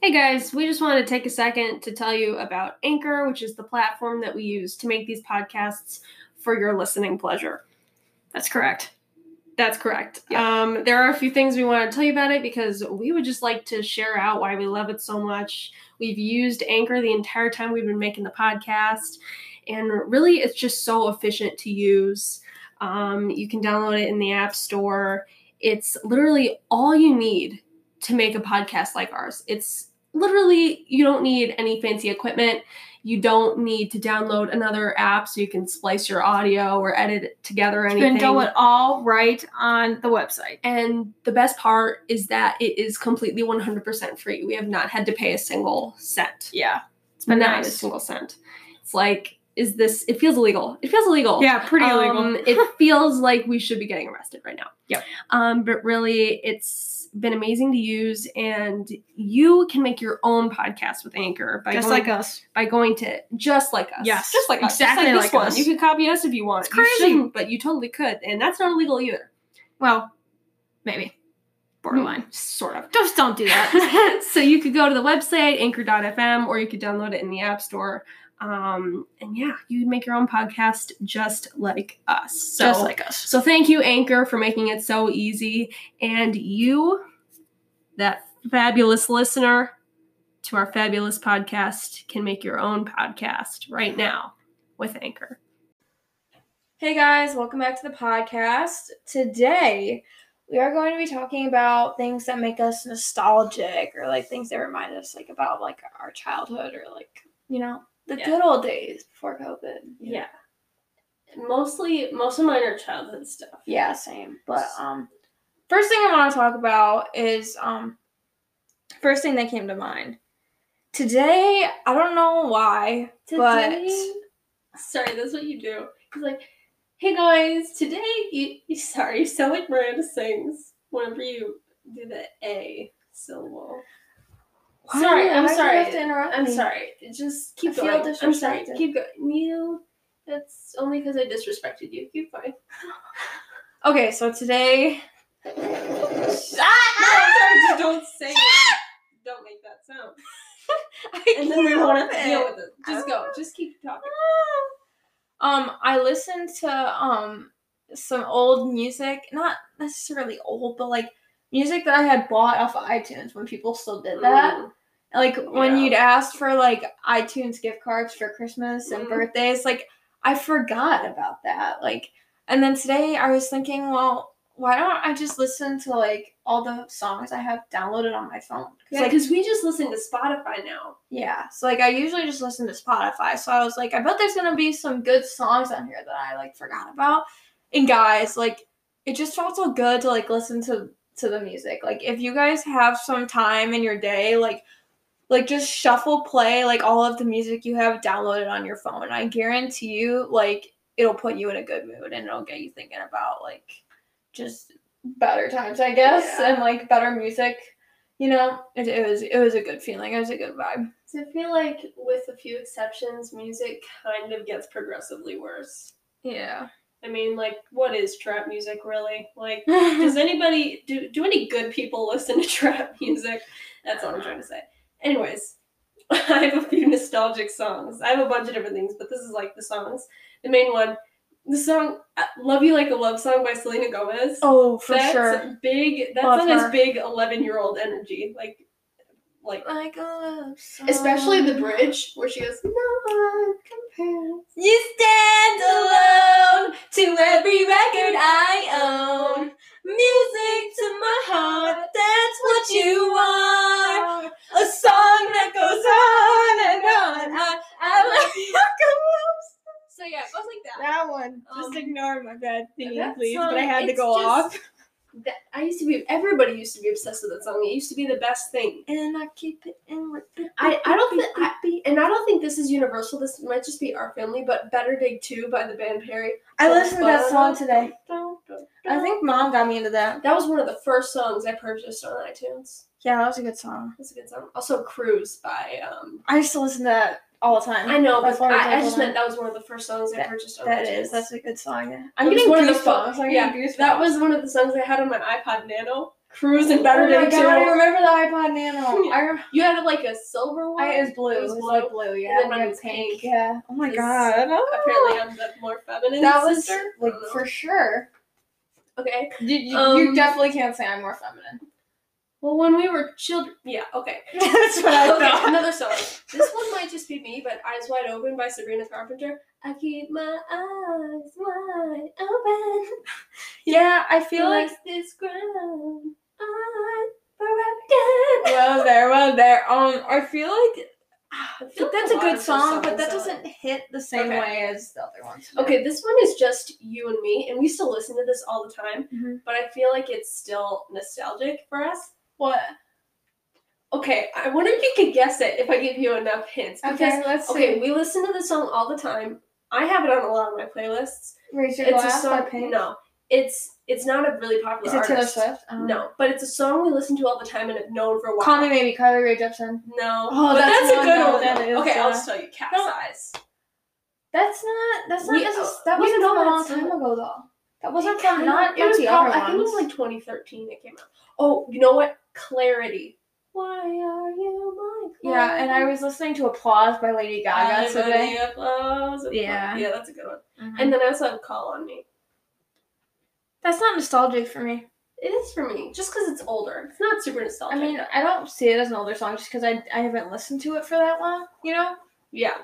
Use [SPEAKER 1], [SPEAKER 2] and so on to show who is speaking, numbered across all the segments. [SPEAKER 1] Hey guys, we just wanted to take a second to tell you about Anchor, which is the platform that we use to make these podcasts for your listening pleasure. That's correct. That's correct. Um, there are a few things we want to tell you about it because we would just like to share out why we love it so much. We've used Anchor the entire time we've been making the podcast, and really it's just so efficient to use. Um, you can download it in the App Store. It's literally all you need to make a podcast like ours. It's literally, you don't need any fancy equipment. You don't need to download another app so you can splice your audio or edit it together or
[SPEAKER 2] You
[SPEAKER 1] anything.
[SPEAKER 2] can do it all right on the website.
[SPEAKER 1] And the best part is that it is completely 100% free. We have not had to pay a single cent.
[SPEAKER 2] Yeah. It's
[SPEAKER 1] But
[SPEAKER 2] been
[SPEAKER 1] not a
[SPEAKER 2] nice.
[SPEAKER 1] single cent. It's like, is this, it feels illegal. It feels illegal.
[SPEAKER 2] Yeah, pretty
[SPEAKER 1] Um,
[SPEAKER 2] illegal.
[SPEAKER 1] it feels like we should be getting arrested right now.
[SPEAKER 2] Yep.
[SPEAKER 1] Um, but really, it's been amazing to use, and you can make your own podcast with Anchor by
[SPEAKER 2] Just
[SPEAKER 1] going,
[SPEAKER 2] like us.
[SPEAKER 1] by going to just like us.
[SPEAKER 2] Yes,
[SPEAKER 1] just like us. Just
[SPEAKER 2] exactly
[SPEAKER 1] like this
[SPEAKER 2] like
[SPEAKER 1] one.
[SPEAKER 2] us.
[SPEAKER 1] You could copy us if you want.
[SPEAKER 2] It's
[SPEAKER 1] You
[SPEAKER 2] crazy.
[SPEAKER 1] shouldn't, but you totally could, and that's not illegal either.
[SPEAKER 2] Well, maybe. Borderline.
[SPEAKER 1] Sort of.
[SPEAKER 2] Just don't do that.
[SPEAKER 1] so you could go to the website anchor.fm or you could download it in the app store um, and yeah you would make your own podcast just like us so
[SPEAKER 2] Just like us.
[SPEAKER 1] so thank you anchor for making it so easy and you that fabulous listener to our fabulous podcast can make your own podcast right now with anchor
[SPEAKER 2] Hey guys, welcome back to the podcast. Today, we are going to be talking about things that make us nostalgic or like things that remind us like about like our childhood or like, you know, the
[SPEAKER 1] Yeah.
[SPEAKER 2] good old days before COVID. you know?
[SPEAKER 1] mostly most of mine are childhood stuff
[SPEAKER 2] Yeah, same. But um first thing I want to talk about is um first thing that came to mind. Today, I don't know why,
[SPEAKER 3] Today-
[SPEAKER 2] but
[SPEAKER 3] Sorry, that's what you do. He's like, hey guys, today you, you sorry, you sound like Miranda sings whenever you do the A syllable.
[SPEAKER 2] Why do
[SPEAKER 3] sorry,
[SPEAKER 2] you-
[SPEAKER 3] I'm
[SPEAKER 2] why do you
[SPEAKER 3] sorry.
[SPEAKER 2] have to interrupt
[SPEAKER 3] I'm
[SPEAKER 2] me?
[SPEAKER 3] sorry. Just
[SPEAKER 2] I
[SPEAKER 3] keep
[SPEAKER 2] feel
[SPEAKER 3] going. I'm sorry.
[SPEAKER 2] disrespected.
[SPEAKER 3] Keep going. Neil, that's only because I disrespected you. Keep going.
[SPEAKER 2] okay, so today
[SPEAKER 3] No, sorry, just don't say it. Don't make that sound.
[SPEAKER 2] I
[SPEAKER 3] And then we won't have
[SPEAKER 2] help
[SPEAKER 3] to
[SPEAKER 2] it. Oh.
[SPEAKER 3] deal with it. Just go. Just keep talking.
[SPEAKER 2] Um, I listened to um some old music, not necessarily old, but like music that I had bought off of iTunes when people still did that. Like when
[SPEAKER 3] Yeah.
[SPEAKER 2] you'd ask for like iTunes gift cards for Christmas and
[SPEAKER 3] Mm.
[SPEAKER 2] birthdays, like I forgot about that. Like and then today I was thinking, well, why don't I just listen to like all the songs I have downloaded on my phone? 'Cause,
[SPEAKER 3] Yeah,
[SPEAKER 2] like,
[SPEAKER 3] because we just listen to Spotify now.
[SPEAKER 2] yeah. So like I usually just listen to Spotify. So I was like, I bet there's gonna be some good songs on here that I like forgot about. And guys, like it just felt so good to like listen to to the music. Like if you guys have some time in your day, like like just shuffle play like all of the music you have downloaded on your phone. I guarantee you, like it'll put you in a good mood and it'll get you thinking about like just better times, I guess,
[SPEAKER 3] Yeah.
[SPEAKER 2] and like better music. You know, it, it was it was a good feeling. It was a good vibe.
[SPEAKER 3] So I feel like, with a few exceptions, music kind of gets progressively worse.
[SPEAKER 2] Yeah.
[SPEAKER 3] I mean, like, what is trap music really? Like, does anybody do do any good people listen to trap music? That's all I'm trying to say. Anyways, I have a few nostalgic songs. I have a bunch of different things, but this is like the songs. The main one, the song uh, "Love You Like a Love Song" by Selena Gomez.
[SPEAKER 2] oh, for
[SPEAKER 3] that's
[SPEAKER 2] sure.
[SPEAKER 3] Big. That's
[SPEAKER 2] Love
[SPEAKER 3] on his
[SPEAKER 2] her.
[SPEAKER 3] big 11 year old energy. Like, like
[SPEAKER 2] Like a love song.
[SPEAKER 3] especially the bridge where she goes, "No one compares."
[SPEAKER 2] You stand alone to every record I own. Music to my heart, that's what you are. A song that goes on and on. I, I love you.
[SPEAKER 3] So yeah, it goes like that.
[SPEAKER 2] That one.
[SPEAKER 3] Just
[SPEAKER 2] ignore my bad
[SPEAKER 3] That song, it's just- That, I used to be. Everybody used to be obsessed with that song. It used to be the best thing.
[SPEAKER 2] And I keep it in with the
[SPEAKER 3] I, I don't think I, and I don't think this is universal. This might just be our family, but "Better Dig 2 by the band Perry.
[SPEAKER 2] I listened to that song today. I
[SPEAKER 3] I think
[SPEAKER 2] think mom got me into that.
[SPEAKER 3] that was one of the first songs I purchased on iTunes.
[SPEAKER 2] Yeah, that was a good song.
[SPEAKER 3] That's a good song. Also, "Cruise" by um,
[SPEAKER 2] I used to listen to that all the time.
[SPEAKER 3] I know,
[SPEAKER 2] That's
[SPEAKER 3] but
[SPEAKER 2] one of the
[SPEAKER 3] I, I
[SPEAKER 2] songs
[SPEAKER 3] just
[SPEAKER 2] on
[SPEAKER 3] meant that was one of the first songs I purchased. on
[SPEAKER 2] That
[SPEAKER 3] iTunes.
[SPEAKER 2] is. That's a good song.
[SPEAKER 3] It
[SPEAKER 2] I'm
[SPEAKER 3] was
[SPEAKER 2] getting
[SPEAKER 3] one of the
[SPEAKER 2] goosebumps. I'm
[SPEAKER 3] yeah,
[SPEAKER 2] getting goosebumps.
[SPEAKER 3] That was one of the songs I had on my iPod Nano. Cruise
[SPEAKER 2] Oh
[SPEAKER 3] and
[SPEAKER 2] my
[SPEAKER 3] Better Than
[SPEAKER 2] god! I
[SPEAKER 3] Jill.
[SPEAKER 2] remember the iPod Nano.
[SPEAKER 3] Yeah.
[SPEAKER 2] I remember.
[SPEAKER 3] You had like a silver one.
[SPEAKER 2] I, it was blue.
[SPEAKER 3] It was blue.
[SPEAKER 2] like blue. Yeah.
[SPEAKER 3] then mine
[SPEAKER 2] and
[SPEAKER 3] was pink.
[SPEAKER 2] Yeah. Oh my
[SPEAKER 3] This-
[SPEAKER 2] god.
[SPEAKER 3] Apparently, I'm the more feminine
[SPEAKER 2] that was
[SPEAKER 3] sister.
[SPEAKER 2] like
[SPEAKER 3] I don't know.
[SPEAKER 2] for sure.
[SPEAKER 3] okay.
[SPEAKER 2] You, you,
[SPEAKER 3] Um,
[SPEAKER 2] you definitely can't say I'm more feminine.
[SPEAKER 3] Well, when we were children, yeah, okay.
[SPEAKER 2] That's what I
[SPEAKER 3] Okay,
[SPEAKER 2] thought.
[SPEAKER 3] another song. This one might just be me, but "Eyes Wide Open" by Sabrina Carpenter. I keep my eyes wide open.
[SPEAKER 2] Yeah, I feel
[SPEAKER 3] Feel
[SPEAKER 2] like
[SPEAKER 3] like this ground. I'm forever again.
[SPEAKER 2] well there, well there. Um, I feel like
[SPEAKER 3] I feel like
[SPEAKER 2] but that's a
[SPEAKER 3] lot
[SPEAKER 2] good
[SPEAKER 3] of those
[SPEAKER 2] song, but
[SPEAKER 3] songs
[SPEAKER 2] that
[SPEAKER 3] are-
[SPEAKER 2] doesn't hit the same
[SPEAKER 3] Okay.
[SPEAKER 2] way as the other ones. do.
[SPEAKER 3] Okay, this one is just you and me, and we still listen to this all the time,
[SPEAKER 2] Mhm.
[SPEAKER 3] but I feel like it's still nostalgic for us.
[SPEAKER 2] What?
[SPEAKER 3] Okay, I wonder if you could guess it if I give you enough hints. Because,
[SPEAKER 2] Okay, let's
[SPEAKER 3] okay,
[SPEAKER 2] see.
[SPEAKER 3] we listen to this song all the time. I have it on a lot of my playlists.
[SPEAKER 2] Raise your
[SPEAKER 3] it's
[SPEAKER 2] glass
[SPEAKER 3] a song.
[SPEAKER 2] by Pink.
[SPEAKER 3] No, it's it's not a really popular
[SPEAKER 2] Is it Taylor
[SPEAKER 3] artist.
[SPEAKER 2] Swift? Um,
[SPEAKER 3] No, but it's a song we listen to all the time and have known for a while.
[SPEAKER 2] Call me maybe Carly Rae Jepsen.
[SPEAKER 3] No.
[SPEAKER 2] Oh,
[SPEAKER 3] but
[SPEAKER 2] that's
[SPEAKER 3] that's, a
[SPEAKER 2] one
[SPEAKER 3] good
[SPEAKER 2] though,
[SPEAKER 3] one.
[SPEAKER 2] that is,
[SPEAKER 3] okay, I'll
[SPEAKER 2] yeah.
[SPEAKER 3] just tell you. Cat's
[SPEAKER 2] No.
[SPEAKER 3] Eyes.
[SPEAKER 2] That's not. That's not.
[SPEAKER 3] We-
[SPEAKER 2] necess- that
[SPEAKER 3] we
[SPEAKER 2] wasn't
[SPEAKER 3] know
[SPEAKER 2] from a
[SPEAKER 3] that
[SPEAKER 2] long
[SPEAKER 3] song.
[SPEAKER 2] time ago though. That
[SPEAKER 3] It
[SPEAKER 2] wasn't
[SPEAKER 3] kinda-
[SPEAKER 2] from not.
[SPEAKER 3] It was
[SPEAKER 2] the
[SPEAKER 3] probably.
[SPEAKER 2] other
[SPEAKER 3] I think it was
[SPEAKER 2] ones.
[SPEAKER 3] like 2013 it came out. Oh, you know what? Clarity. Why are you my
[SPEAKER 2] Yeah, and I was listening to Applause by Lady Gaga today.
[SPEAKER 3] Yeah.
[SPEAKER 2] Yeah. Mm-hmm.
[SPEAKER 3] Yeah, that's a good one.
[SPEAKER 2] And
[SPEAKER 3] And then I also have Call on Me.
[SPEAKER 2] that's not nostalgic for me.
[SPEAKER 3] It is for me, just because it's older. It's not super nostalgic.
[SPEAKER 2] I mean, I don't see it as an older song just because I, I haven't listened to it for that long, you know?
[SPEAKER 3] yeah.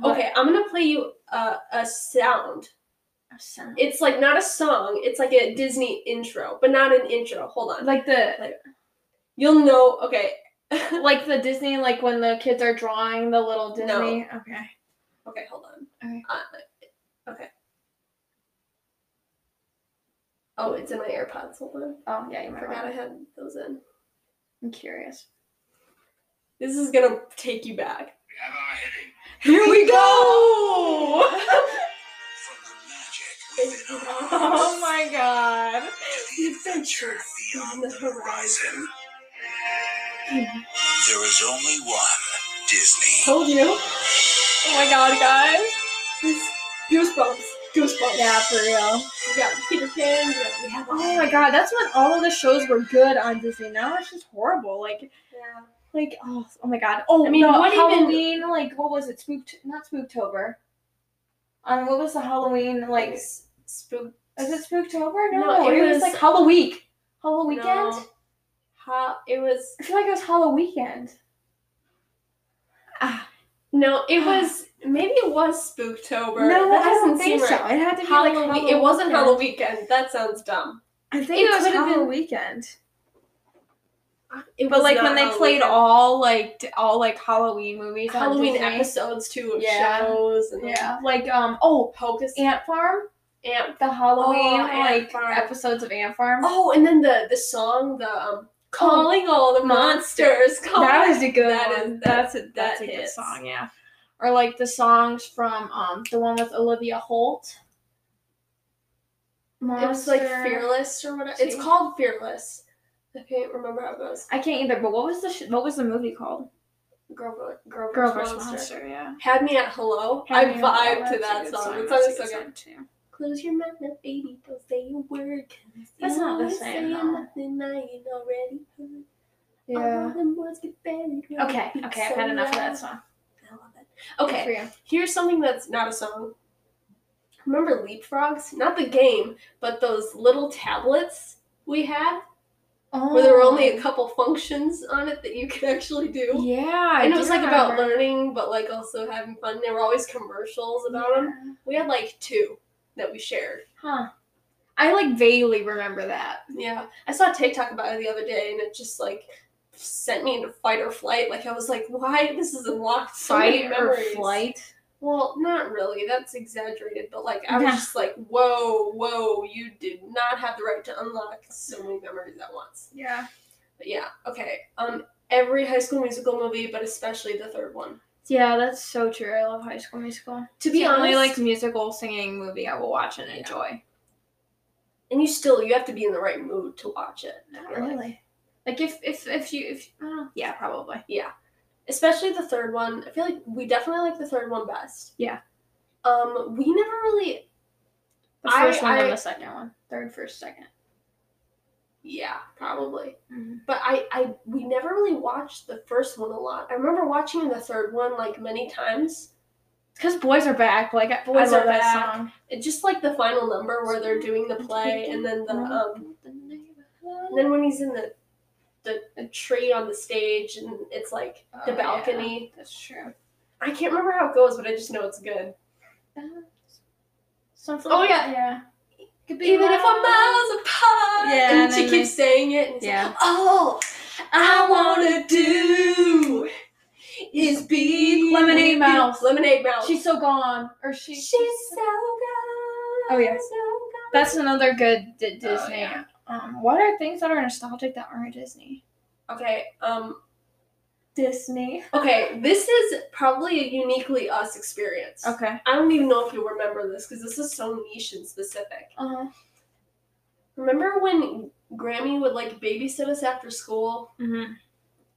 [SPEAKER 2] But-
[SPEAKER 3] Okay, I'm gonna play you a, a sound.
[SPEAKER 2] Sound.
[SPEAKER 3] It's like not a song. It's like a Disney intro, but not an intro. Hold on.
[SPEAKER 2] like the
[SPEAKER 3] You'll know. Okay.
[SPEAKER 2] like the Disney like when the kids are drawing the little
[SPEAKER 3] No.
[SPEAKER 2] Disney. Okay.
[SPEAKER 3] Okay, hold on.
[SPEAKER 2] Okay.
[SPEAKER 3] Uh, okay. Oh, it's in my AirPods. Hold on.
[SPEAKER 2] Oh yeah, you
[SPEAKER 3] I
[SPEAKER 2] might
[SPEAKER 3] forgot I
[SPEAKER 2] forgot.
[SPEAKER 3] had those in.
[SPEAKER 2] I'm curious.
[SPEAKER 3] This is gonna take you back.
[SPEAKER 4] have our heading
[SPEAKER 2] Here we Oh
[SPEAKER 3] go!
[SPEAKER 4] from the magic within our hearts
[SPEAKER 2] oh my god.
[SPEAKER 4] to the adventure beyond the horizon. There is only one Disney.
[SPEAKER 3] Told you.
[SPEAKER 2] Oh my god, guys.
[SPEAKER 3] This- Goosebumps. Goosebumps.
[SPEAKER 2] Yeah, for real.
[SPEAKER 3] We got Peter Pan. We, got, we have
[SPEAKER 2] Oh my god, that's when all of the shows were good on Disney. Now it's just horrible. Like
[SPEAKER 3] Yeah.
[SPEAKER 2] Like oh, oh my god. Oh,
[SPEAKER 3] I mean,
[SPEAKER 2] the
[SPEAKER 3] what even-
[SPEAKER 2] Halloween? Like what was it? Spooked? Not Spooktober. Um, what was the Halloween like? Is
[SPEAKER 3] s- spook.
[SPEAKER 2] it Spooktober? No,
[SPEAKER 3] No, it
[SPEAKER 2] it, was,
[SPEAKER 3] was-
[SPEAKER 2] like Halloween. Week. Halloween
[SPEAKER 3] No.
[SPEAKER 2] weekend.
[SPEAKER 3] Ha- it was.
[SPEAKER 2] I feel like it was Halloween weekend. Ah,
[SPEAKER 3] No, it was. Maybe it was Spooktober.
[SPEAKER 2] no,
[SPEAKER 3] that
[SPEAKER 2] I
[SPEAKER 3] doesn't
[SPEAKER 2] don't think
[SPEAKER 3] seem
[SPEAKER 2] so.
[SPEAKER 3] right.
[SPEAKER 2] It had to be
[SPEAKER 3] Halloween.
[SPEAKER 2] like Halloween.
[SPEAKER 3] It wasn't
[SPEAKER 2] weekend.
[SPEAKER 3] Halloween weekend. That sounds dumb.
[SPEAKER 2] I think
[SPEAKER 3] It
[SPEAKER 2] it, was
[SPEAKER 3] could've
[SPEAKER 2] Halloween
[SPEAKER 3] been-
[SPEAKER 2] weekend.
[SPEAKER 3] It
[SPEAKER 2] But
[SPEAKER 3] was
[SPEAKER 2] like
[SPEAKER 3] not
[SPEAKER 2] when they
[SPEAKER 3] Halloween
[SPEAKER 2] played
[SPEAKER 3] weekend.
[SPEAKER 2] all like d- all like Halloween movies, on
[SPEAKER 3] Halloween
[SPEAKER 2] Disney.
[SPEAKER 3] episodes too of
[SPEAKER 2] Yeah.
[SPEAKER 3] shows and
[SPEAKER 2] Yeah, like um oh
[SPEAKER 3] Hocus
[SPEAKER 2] Ant Farm.
[SPEAKER 3] Ant.
[SPEAKER 2] the Halloween
[SPEAKER 3] Oh, Ant
[SPEAKER 2] like
[SPEAKER 3] Farm.
[SPEAKER 2] episodes of Ant Farm.
[SPEAKER 3] Oh, and then the the song the um calling all the monsters. Calling
[SPEAKER 2] that is a good
[SPEAKER 3] that
[SPEAKER 2] one.
[SPEAKER 3] is- that-
[SPEAKER 2] that's a that's
[SPEAKER 3] that
[SPEAKER 2] a good
[SPEAKER 3] hits.
[SPEAKER 2] song, yeah. Or like the songs from um the one with Olivia Holt.
[SPEAKER 3] It was like
[SPEAKER 2] Monster.
[SPEAKER 3] Fearless or whatever. It's
[SPEAKER 2] See?
[SPEAKER 3] called Fearless. I can't remember how it goes.
[SPEAKER 2] I can't either. But what was the sh- what was the movie called?
[SPEAKER 3] Girl, girl,
[SPEAKER 2] Girl
[SPEAKER 3] girl
[SPEAKER 2] vs.
[SPEAKER 3] monster.
[SPEAKER 2] Monster. Yeah.
[SPEAKER 3] Had me at hello. I
[SPEAKER 2] Henry
[SPEAKER 3] vibe
[SPEAKER 2] Winkler,
[SPEAKER 3] to that song.
[SPEAKER 2] that's a good
[SPEAKER 3] That song
[SPEAKER 2] that's a
[SPEAKER 3] is so good.
[SPEAKER 2] song, too.
[SPEAKER 3] Close your mouth, now, baby. Don't say a word. 'cause
[SPEAKER 2] That's
[SPEAKER 3] you
[SPEAKER 2] not the
[SPEAKER 3] ain't
[SPEAKER 2] same,
[SPEAKER 3] saying
[SPEAKER 2] though.
[SPEAKER 3] Nothing I ain't already heard. All
[SPEAKER 2] Yeah.
[SPEAKER 3] them words get buried when
[SPEAKER 2] Uh-huh. Okay.
[SPEAKER 3] I
[SPEAKER 2] Okay. I've had enough of that song.
[SPEAKER 3] I love it.
[SPEAKER 2] Good
[SPEAKER 3] Okay,
[SPEAKER 2] for you.
[SPEAKER 3] Here's something that's not a song. Remember leapfrogs? Not the game, but those little tablets we had
[SPEAKER 2] Oh.
[SPEAKER 3] where there were only a couple functions on it that you could actually do.
[SPEAKER 2] Yeah. I
[SPEAKER 3] and it
[SPEAKER 2] do
[SPEAKER 3] was like about
[SPEAKER 2] remember.
[SPEAKER 3] learning, but like also having fun. There were always commercials about them. We had like two that we shared.
[SPEAKER 2] Huh. I like vaguely remember that.
[SPEAKER 3] Yeah, I saw a TikTok about it the other day, and it just like sent me into fight or flight. Like I was like, why this is unlocked so many
[SPEAKER 2] Fight or
[SPEAKER 3] memories.
[SPEAKER 2] flight.
[SPEAKER 3] Well, not really. That's exaggerated, but like I was
[SPEAKER 2] Yeah.
[SPEAKER 3] just like, whoa, whoa, you did not have the right to unlock so many memories at once.
[SPEAKER 2] Yeah.
[SPEAKER 3] But yeah, okay. Um, every High School Musical movie, but especially the third one.
[SPEAKER 2] Yeah, that's so true. I love High School Musical.
[SPEAKER 3] To be
[SPEAKER 2] It's the
[SPEAKER 3] honest,
[SPEAKER 2] only like musical singing movie I will watch and
[SPEAKER 3] Yeah.
[SPEAKER 2] enjoy.
[SPEAKER 3] and you still you have to be in the right mood to watch it. I feel like.
[SPEAKER 2] Like if if if you if uh, yeah probably.
[SPEAKER 3] especially the third one. I feel like we definitely like the third one best.
[SPEAKER 1] Yeah.
[SPEAKER 3] Um, we never really.
[SPEAKER 2] The
[SPEAKER 3] I-
[SPEAKER 2] first one
[SPEAKER 3] I-
[SPEAKER 2] and the second one. Third, first, second.
[SPEAKER 3] Yeah, probably.
[SPEAKER 2] Mm.
[SPEAKER 3] But I, I, we never really watched the first one a lot. I remember watching the third one like many times.
[SPEAKER 2] Because boys are back. Like I-
[SPEAKER 3] Boys
[SPEAKER 2] I love
[SPEAKER 3] Are
[SPEAKER 2] that
[SPEAKER 3] Back.
[SPEAKER 2] song.
[SPEAKER 3] It just like the final number where they're doing the play, and then the um, And then when he's in the the, the tree on the stage and it's like the
[SPEAKER 2] Oh,
[SPEAKER 3] balcony.
[SPEAKER 2] That's true.
[SPEAKER 3] I can't remember how it goes, but I just know it's good.
[SPEAKER 2] Something.
[SPEAKER 3] Oh, yeah.
[SPEAKER 2] yeah. Could
[SPEAKER 3] Even if we're miles apart.
[SPEAKER 2] Yeah,
[SPEAKER 3] And,
[SPEAKER 2] and
[SPEAKER 3] she
[SPEAKER 2] then
[SPEAKER 3] keeps saying it and it's
[SPEAKER 2] Yeah.
[SPEAKER 3] like, all I wanna do is be
[SPEAKER 2] Lemonade Mouth.
[SPEAKER 3] Lemonade mouth.
[SPEAKER 2] She's so gone, or she.
[SPEAKER 3] she's so good.
[SPEAKER 2] Oh,
[SPEAKER 3] So
[SPEAKER 2] yeah.
[SPEAKER 3] good.
[SPEAKER 2] That's another good D- Disney.
[SPEAKER 3] Oh, yeah.
[SPEAKER 2] Um, what are things that are nostalgic that aren't Disney?
[SPEAKER 3] Okay, um
[SPEAKER 2] Disney.
[SPEAKER 3] okay, this is probably a uniquely us experience.
[SPEAKER 2] Okay.
[SPEAKER 3] I don't even know if you remember this because this is so niche and specific.
[SPEAKER 2] Uh huh.
[SPEAKER 3] Remember when Grammy would like babysit us after school?
[SPEAKER 2] Mm-hmm.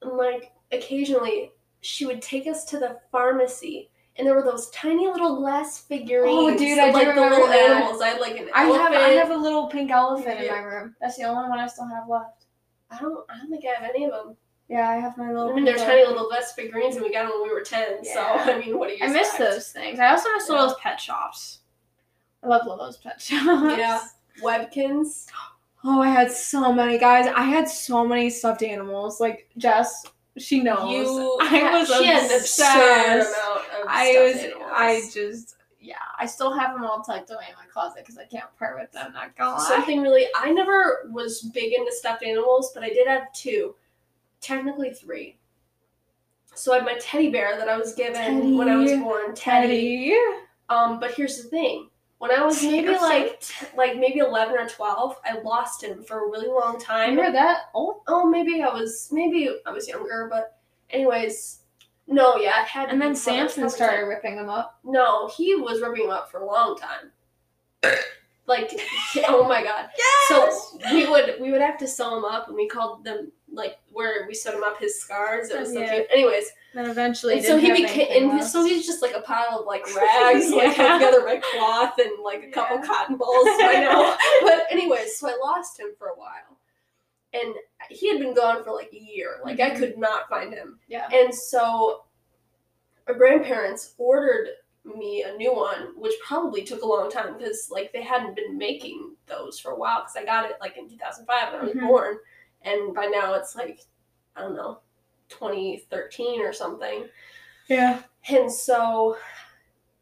[SPEAKER 3] And like occasionally she would take us to the pharmacy and there were those tiny little glass figurines.
[SPEAKER 2] Oh, dude, I
[SPEAKER 3] of,
[SPEAKER 2] do
[SPEAKER 3] like the
[SPEAKER 2] remember
[SPEAKER 3] little
[SPEAKER 2] that.
[SPEAKER 3] animals. I had like an
[SPEAKER 2] I have
[SPEAKER 3] elephant.
[SPEAKER 2] I have a little pink elephant in
[SPEAKER 3] Yeah.
[SPEAKER 2] my room. That's the only one I still have left.
[SPEAKER 3] I don't I don't think I have any of them.
[SPEAKER 2] Oh, Yeah, I have my little.
[SPEAKER 3] I mean they're
[SPEAKER 2] pink
[SPEAKER 3] tiny
[SPEAKER 2] elephant.
[SPEAKER 3] little glass figurines and we got them when we were ten,
[SPEAKER 2] Yeah.
[SPEAKER 3] so I mean what do you
[SPEAKER 2] I miss
[SPEAKER 3] expect?
[SPEAKER 2] those things. I also miss
[SPEAKER 3] Yeah.
[SPEAKER 2] Little's pet shops. I love Little's pet shops.
[SPEAKER 3] Yeah. Webkins.
[SPEAKER 2] Oh, I had so many guys. I had so many stuffed animals. Like Jess, she knows.
[SPEAKER 3] You
[SPEAKER 2] Oh, I was
[SPEAKER 3] she had an absurd
[SPEAKER 2] obsessed.
[SPEAKER 3] amount of
[SPEAKER 2] I
[SPEAKER 3] stuffed
[SPEAKER 2] was.
[SPEAKER 3] animals.
[SPEAKER 2] I just. Yeah, I still have them all tucked away in my closet because I can't part with them. Not gonna lie.
[SPEAKER 3] something really i never was big into stuffed animals but i did have two technically three so i had my teddy bear that i was given when i was
[SPEAKER 2] Teddy.
[SPEAKER 3] born teddy.
[SPEAKER 2] Teddy.
[SPEAKER 3] um but here's the thing when i was maybe
[SPEAKER 2] You're so
[SPEAKER 3] like t- like maybe 11 or 12 i lost him for a really long
[SPEAKER 2] You
[SPEAKER 3] time
[SPEAKER 2] were that old.
[SPEAKER 3] oh maybe i was maybe i was younger but anyways no yeah i had
[SPEAKER 2] And then
[SPEAKER 3] well, that's
[SPEAKER 2] Samson
[SPEAKER 3] probably
[SPEAKER 2] started ripping them up.
[SPEAKER 3] no, he was ripping him up for a long time. like, oh my god. So we would we would have to sew him up, and we called them like where we sewed him up his scars. It was so
[SPEAKER 2] Yeah.
[SPEAKER 3] cute. Anyways,
[SPEAKER 2] Then eventually.
[SPEAKER 3] and so
[SPEAKER 2] didn't
[SPEAKER 3] he
[SPEAKER 2] have
[SPEAKER 3] became,
[SPEAKER 2] anything
[SPEAKER 3] and he-
[SPEAKER 2] left.
[SPEAKER 3] so he's just like a pile of like rags, like
[SPEAKER 2] Yeah.
[SPEAKER 3] put together by cloth and like a couple
[SPEAKER 2] Yeah.
[SPEAKER 3] cotton balls. I know. But anyways, so I lost him for a while, and he had been gone for like a year. Like
[SPEAKER 2] Mm-hmm.
[SPEAKER 3] I could not find him.
[SPEAKER 2] Yeah.
[SPEAKER 3] And so our grandparents ordered me a new one, which probably took a long time because like they hadn't been making those for a while because I got it like in 2005 when I was
[SPEAKER 2] Mhm.
[SPEAKER 3] born. And by now it's like, I don't know, 2013 or something.
[SPEAKER 2] Yeah.
[SPEAKER 3] And so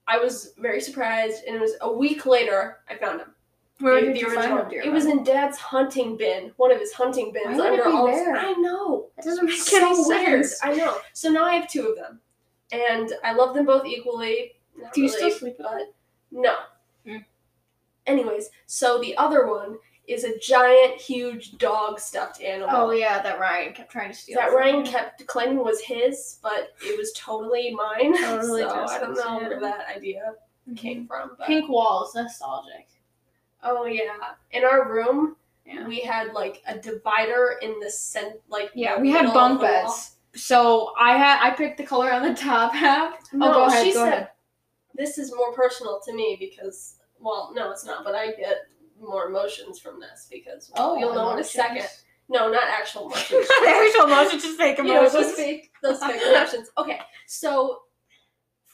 [SPEAKER 3] I was very surprised. And it was a week later I found him.
[SPEAKER 2] Where
[SPEAKER 3] The-
[SPEAKER 2] did
[SPEAKER 3] the
[SPEAKER 2] you
[SPEAKER 3] original.
[SPEAKER 2] find him? Do you
[SPEAKER 3] It was
[SPEAKER 2] remember?
[SPEAKER 3] in dad's hunting bin, one of his hunting bins.
[SPEAKER 2] would it
[SPEAKER 3] under
[SPEAKER 2] be
[SPEAKER 3] all his-
[SPEAKER 2] there?
[SPEAKER 3] I know
[SPEAKER 2] That doesn't make any
[SPEAKER 3] so weird.
[SPEAKER 2] sense.
[SPEAKER 3] I know. So now I have two of them, and I love them both equally. Not
[SPEAKER 2] Do you
[SPEAKER 3] really,
[SPEAKER 2] still sleep with
[SPEAKER 3] but no.
[SPEAKER 2] Mm.
[SPEAKER 3] Anyways, so the other one is a giant, huge dog stuffed animal
[SPEAKER 2] Oh yeah, that Ryan kept trying to steal.
[SPEAKER 3] that
[SPEAKER 2] from
[SPEAKER 3] Ryan
[SPEAKER 2] me.
[SPEAKER 3] kept claiming was his, but it was totally mine.
[SPEAKER 2] Totally
[SPEAKER 3] so I don't
[SPEAKER 2] Justin's,
[SPEAKER 3] know
[SPEAKER 2] yeah.
[SPEAKER 3] where that idea came from. But.
[SPEAKER 2] Mm-hmm. Pink walls, nostalgic.
[SPEAKER 3] Oh yeah, in our room.
[SPEAKER 2] Yeah.
[SPEAKER 3] We had like a divider in the cent, like
[SPEAKER 2] Yeah,
[SPEAKER 3] the
[SPEAKER 2] we had
[SPEAKER 3] middle of
[SPEAKER 2] bunk
[SPEAKER 3] the wall.
[SPEAKER 2] beds. So I had I picked the color on the top half.
[SPEAKER 3] No,
[SPEAKER 2] oh, go ahead.
[SPEAKER 3] she
[SPEAKER 2] go
[SPEAKER 3] said
[SPEAKER 2] ahead.
[SPEAKER 3] this is more personal to me because well no it's not but i get more emotions from this because
[SPEAKER 2] Oh,
[SPEAKER 3] well, you'll know in a second no not actual emotions
[SPEAKER 2] Actual emotions, just fake
[SPEAKER 3] you know those
[SPEAKER 2] emotions.
[SPEAKER 3] fake those fake emotions okay so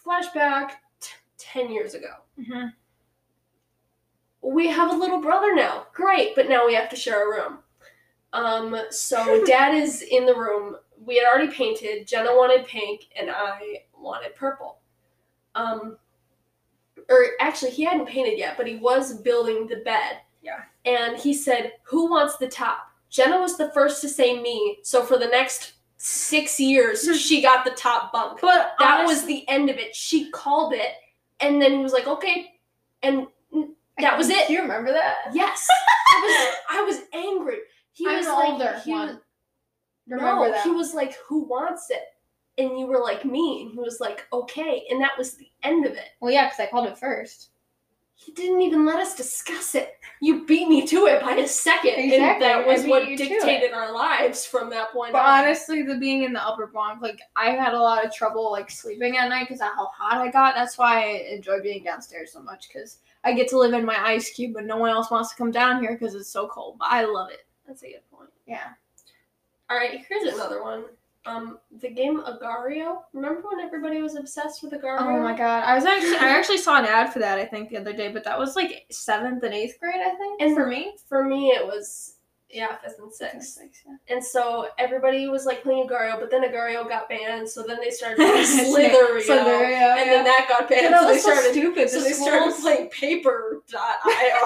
[SPEAKER 3] flashback t- 10 years ago
[SPEAKER 2] Mhm.
[SPEAKER 3] we have a little brother now great but now we have to share a room um so dad is in the room we had already painted jenna wanted pink and i wanted purple um or actually he hadn't painted yet but he was building the bed
[SPEAKER 2] Yeah.
[SPEAKER 3] and he said who wants the top jenna was the first to say me so for the next six years she got the top bunk
[SPEAKER 2] But
[SPEAKER 3] that
[SPEAKER 2] honest-
[SPEAKER 3] was the end of it she called it and then he was like okay and that was it
[SPEAKER 2] Do you remember that?
[SPEAKER 3] yes i was i was angry he
[SPEAKER 2] I'm
[SPEAKER 3] was
[SPEAKER 2] the
[SPEAKER 3] like
[SPEAKER 2] older
[SPEAKER 3] he
[SPEAKER 2] one.
[SPEAKER 3] was-
[SPEAKER 2] Remember
[SPEAKER 3] no,
[SPEAKER 2] that?
[SPEAKER 3] he was like, "Who wants it?" And you were like, "Me." And he was like, "Okay." And that was the end of it.
[SPEAKER 2] well, yeah, because I called it first.
[SPEAKER 3] He didn't even let us discuss it. You beat me to it by a second, and
[SPEAKER 2] Exactly,
[SPEAKER 3] that
[SPEAKER 2] I
[SPEAKER 3] was
[SPEAKER 2] beat
[SPEAKER 3] what
[SPEAKER 2] you to it.
[SPEAKER 3] dictated our lives from that point
[SPEAKER 2] But
[SPEAKER 3] on.
[SPEAKER 2] honestly, the being in the upper bunk, like I had a lot of trouble like sleeping at night because of how hot I got. That's why I enjoy being downstairs so much because I get to live in my ice cube, but no one else wants to come down here because it's so cold. But I love it.
[SPEAKER 3] That's a good point.
[SPEAKER 2] Yeah.
[SPEAKER 3] All right, here's another one. Um, the game Agario. Remember when everybody was obsessed with Agario?
[SPEAKER 2] Oh my god, I was actually I actually saw an ad for that I think the other day, but that was like seventh and eighth grade I think.
[SPEAKER 3] And-
[SPEAKER 2] for me,
[SPEAKER 3] For me, it was yeah, fifth and sixth. And so everybody was like playing Agario, but then Agario got banned. So then they started playing Slitherio, and then Oh, that got banned. so they started
[SPEAKER 2] stupid.
[SPEAKER 3] So they started playing paper.io.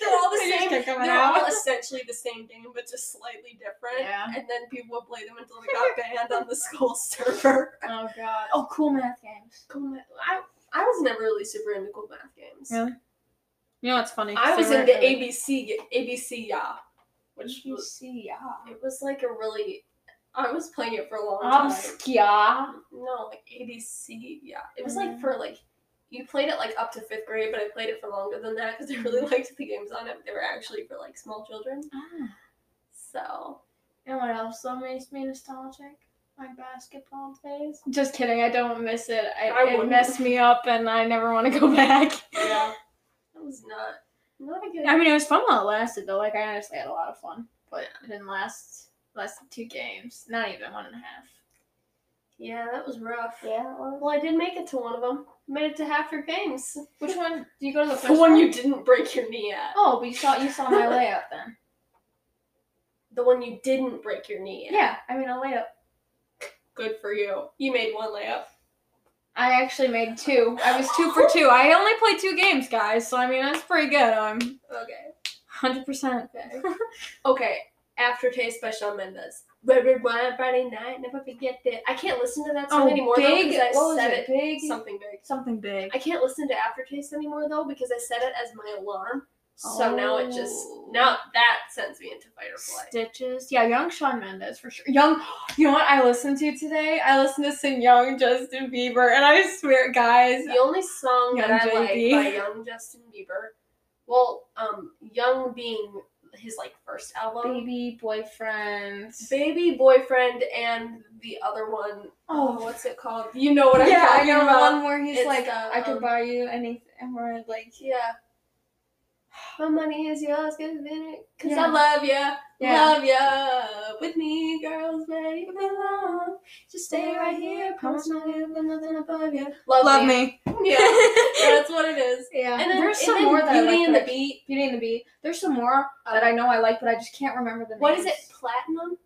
[SPEAKER 3] they're all the
[SPEAKER 2] They just
[SPEAKER 3] same.
[SPEAKER 2] kept coming
[SPEAKER 3] They're
[SPEAKER 2] out.
[SPEAKER 3] all essentially the same game, but just slightly different.
[SPEAKER 2] Yeah.
[SPEAKER 3] And then people would play them until they got banned on the school server.
[SPEAKER 2] Oh god. Oh, cool math games.
[SPEAKER 3] Cool math. I, I was never really super into cool math games.
[SPEAKER 2] Really? You know what's funny?
[SPEAKER 3] I was into ABC ga- ABC Ya, which was
[SPEAKER 2] ABC.
[SPEAKER 3] it was like a really. I was playing it for a long time.
[SPEAKER 2] Obscure.
[SPEAKER 3] No, like ABC. Yeah, it was like for like you played it like up to fifth grade, but I played it for longer than that because I really liked the games on it. They were actually for like small children.
[SPEAKER 2] Ah.
[SPEAKER 3] So
[SPEAKER 2] And what else though makes me nostalgic? My basketball days. Just kidding. I don't miss it. I,
[SPEAKER 3] I
[SPEAKER 2] it
[SPEAKER 3] wouldn't.
[SPEAKER 2] messed me up, and I never want to go back.
[SPEAKER 3] yeah, that was not not a good.
[SPEAKER 2] I mean, it was fun while it lasted, though. Like I honestly had a lot of fun, but it didn't last. Lasted two games, not even one and a half.
[SPEAKER 3] yeah, that was rough.
[SPEAKER 2] Yeah.
[SPEAKER 3] Well, I did make it to one of them. Made it to half your games.
[SPEAKER 2] Which one? Do you go to the first
[SPEAKER 3] The one you didn't break your knee at.
[SPEAKER 2] Oh, but you saw you saw my layup then.
[SPEAKER 3] The one you didn't break your knee at.
[SPEAKER 2] Yeah, I mean a layup.
[SPEAKER 3] Good for you. You made one layup.
[SPEAKER 2] I actually made two. I was two for two. I only played two games, guys. So I mean that's pretty good. I'm
[SPEAKER 3] Okay.
[SPEAKER 2] hundred percent.
[SPEAKER 3] Okay. okay. Aftertaste by Shawn Mendes. Red, red, wine, Friday night, never forget that. I can't listen to that song anymore though,
[SPEAKER 2] big.
[SPEAKER 3] because I
[SPEAKER 2] Oh, what was
[SPEAKER 3] said
[SPEAKER 2] it? Big.
[SPEAKER 3] something big.
[SPEAKER 2] something big.
[SPEAKER 3] I can't listen to Aftertaste anymore though because I set it as my alarm. So now it just
[SPEAKER 2] Oh.
[SPEAKER 3] now that sends me into fight or flight.
[SPEAKER 2] Stitches. Yeah, young Sean Mendes for sure. Young. You know what I listened to today? I listened to some young Justin Bieber, and I swear, guys.
[SPEAKER 3] The only song that
[SPEAKER 2] Young
[SPEAKER 3] I like
[SPEAKER 2] JB.
[SPEAKER 3] by Young Justin Bieber, well, um, Young being his like first album,
[SPEAKER 2] Baby boyfriend.
[SPEAKER 3] Baby Boyfriend, and the other one, oh,
[SPEAKER 2] Oh.
[SPEAKER 3] what's it called? You know what I'm
[SPEAKER 2] yeah, I
[SPEAKER 3] talking
[SPEAKER 2] know
[SPEAKER 3] about?
[SPEAKER 2] one where he's
[SPEAKER 3] It's
[SPEAKER 2] like,
[SPEAKER 3] the,
[SPEAKER 2] I could
[SPEAKER 3] um,
[SPEAKER 2] buy you anything, and we're like,
[SPEAKER 3] Yeah. My money is yours, give it minute. Cause
[SPEAKER 2] Yeah.
[SPEAKER 3] I love ya,
[SPEAKER 2] Yeah.
[SPEAKER 3] love ya. With me, girls, where you belong. Just stay right here, promise not to live nothing above ya. Love,
[SPEAKER 2] me.
[SPEAKER 3] Yeah, that's what it is.
[SPEAKER 2] yeah.
[SPEAKER 3] And then,
[SPEAKER 2] there's
[SPEAKER 3] and
[SPEAKER 2] some
[SPEAKER 3] then
[SPEAKER 2] more that I
[SPEAKER 3] Beauty
[SPEAKER 2] like
[SPEAKER 3] and
[SPEAKER 2] that
[SPEAKER 3] the
[SPEAKER 2] I-
[SPEAKER 3] Beat.
[SPEAKER 2] Beauty and the Bee. There's some more that I know I like, but I just can't remember the name.
[SPEAKER 3] What is it? Platinum?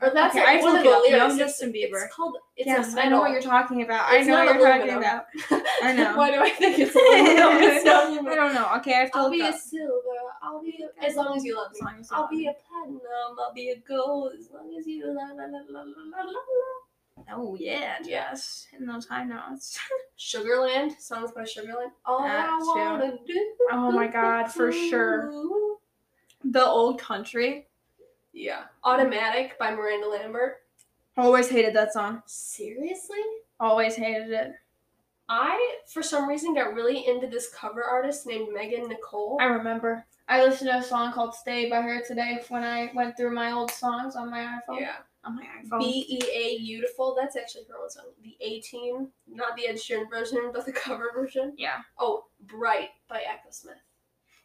[SPEAKER 2] Or that's
[SPEAKER 3] it,
[SPEAKER 2] okay, I
[SPEAKER 3] one
[SPEAKER 2] have
[SPEAKER 3] of
[SPEAKER 2] to
[SPEAKER 3] the
[SPEAKER 2] look it up.
[SPEAKER 3] lyrics.
[SPEAKER 2] Young
[SPEAKER 3] It's-
[SPEAKER 2] Justin Bieber.
[SPEAKER 3] It's called. It's
[SPEAKER 2] yes,
[SPEAKER 3] a
[SPEAKER 2] I
[SPEAKER 3] metal.
[SPEAKER 2] know what you're talking about. I
[SPEAKER 3] It's
[SPEAKER 2] know
[SPEAKER 3] not
[SPEAKER 2] what you're talking
[SPEAKER 3] aluminum.
[SPEAKER 2] about. I know.
[SPEAKER 3] Why do I think it's aluminum? It's not aluminum.
[SPEAKER 2] I don't know. Okay, I have to
[SPEAKER 3] I'll
[SPEAKER 2] look
[SPEAKER 3] be
[SPEAKER 2] it up.
[SPEAKER 3] a silver. I'll be a, as long as you love me.
[SPEAKER 2] As long as you
[SPEAKER 3] I'll
[SPEAKER 2] love
[SPEAKER 3] be
[SPEAKER 2] me.
[SPEAKER 3] a platinum. I'll be a gold. As long as you la la la la la la. la.
[SPEAKER 2] Oh yeah, yes. In those high notes.
[SPEAKER 3] Sugarland songs by Sugarland. All
[SPEAKER 2] That
[SPEAKER 3] I
[SPEAKER 2] too.
[SPEAKER 3] wanna do.
[SPEAKER 2] Oh my God, for sure. The old country.
[SPEAKER 3] Yeah. Automatic by Miranda Lambert.
[SPEAKER 2] Always hated that song.
[SPEAKER 3] Seriously?
[SPEAKER 2] Always hated it.
[SPEAKER 3] I for some reason got really into this cover artist named Megan Nicole.
[SPEAKER 2] I remember. I listened to a song called "Stay" by her today when I went through my old songs on my iPhone.
[SPEAKER 3] yeah.
[SPEAKER 2] On my iPhone.
[SPEAKER 3] B E
[SPEAKER 2] Oh.
[SPEAKER 3] A beautiful. That's actually her own song. The A Team, not the Ed Sheeran version, but the cover version.
[SPEAKER 2] yeah.
[SPEAKER 3] Oh, Bright by Echo Smith.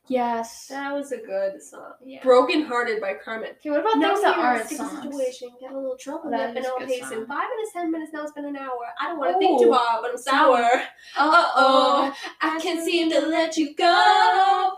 [SPEAKER 2] Yes.
[SPEAKER 3] That was a good song.
[SPEAKER 2] Yeah.
[SPEAKER 3] Broken Hearted by Kermit.
[SPEAKER 2] Okay, what about things that aren't songs?
[SPEAKER 3] situation. Got a little trouble
[SPEAKER 2] That
[SPEAKER 3] that and
[SPEAKER 2] is a
[SPEAKER 3] all
[SPEAKER 2] good
[SPEAKER 3] pace
[SPEAKER 2] song.
[SPEAKER 3] in five minutes, ten minutes. Now it's been an hour. I don't want to think too
[SPEAKER 2] Oh.
[SPEAKER 3] hard, but I'm sour. Uh oh, I can't seem to let you go.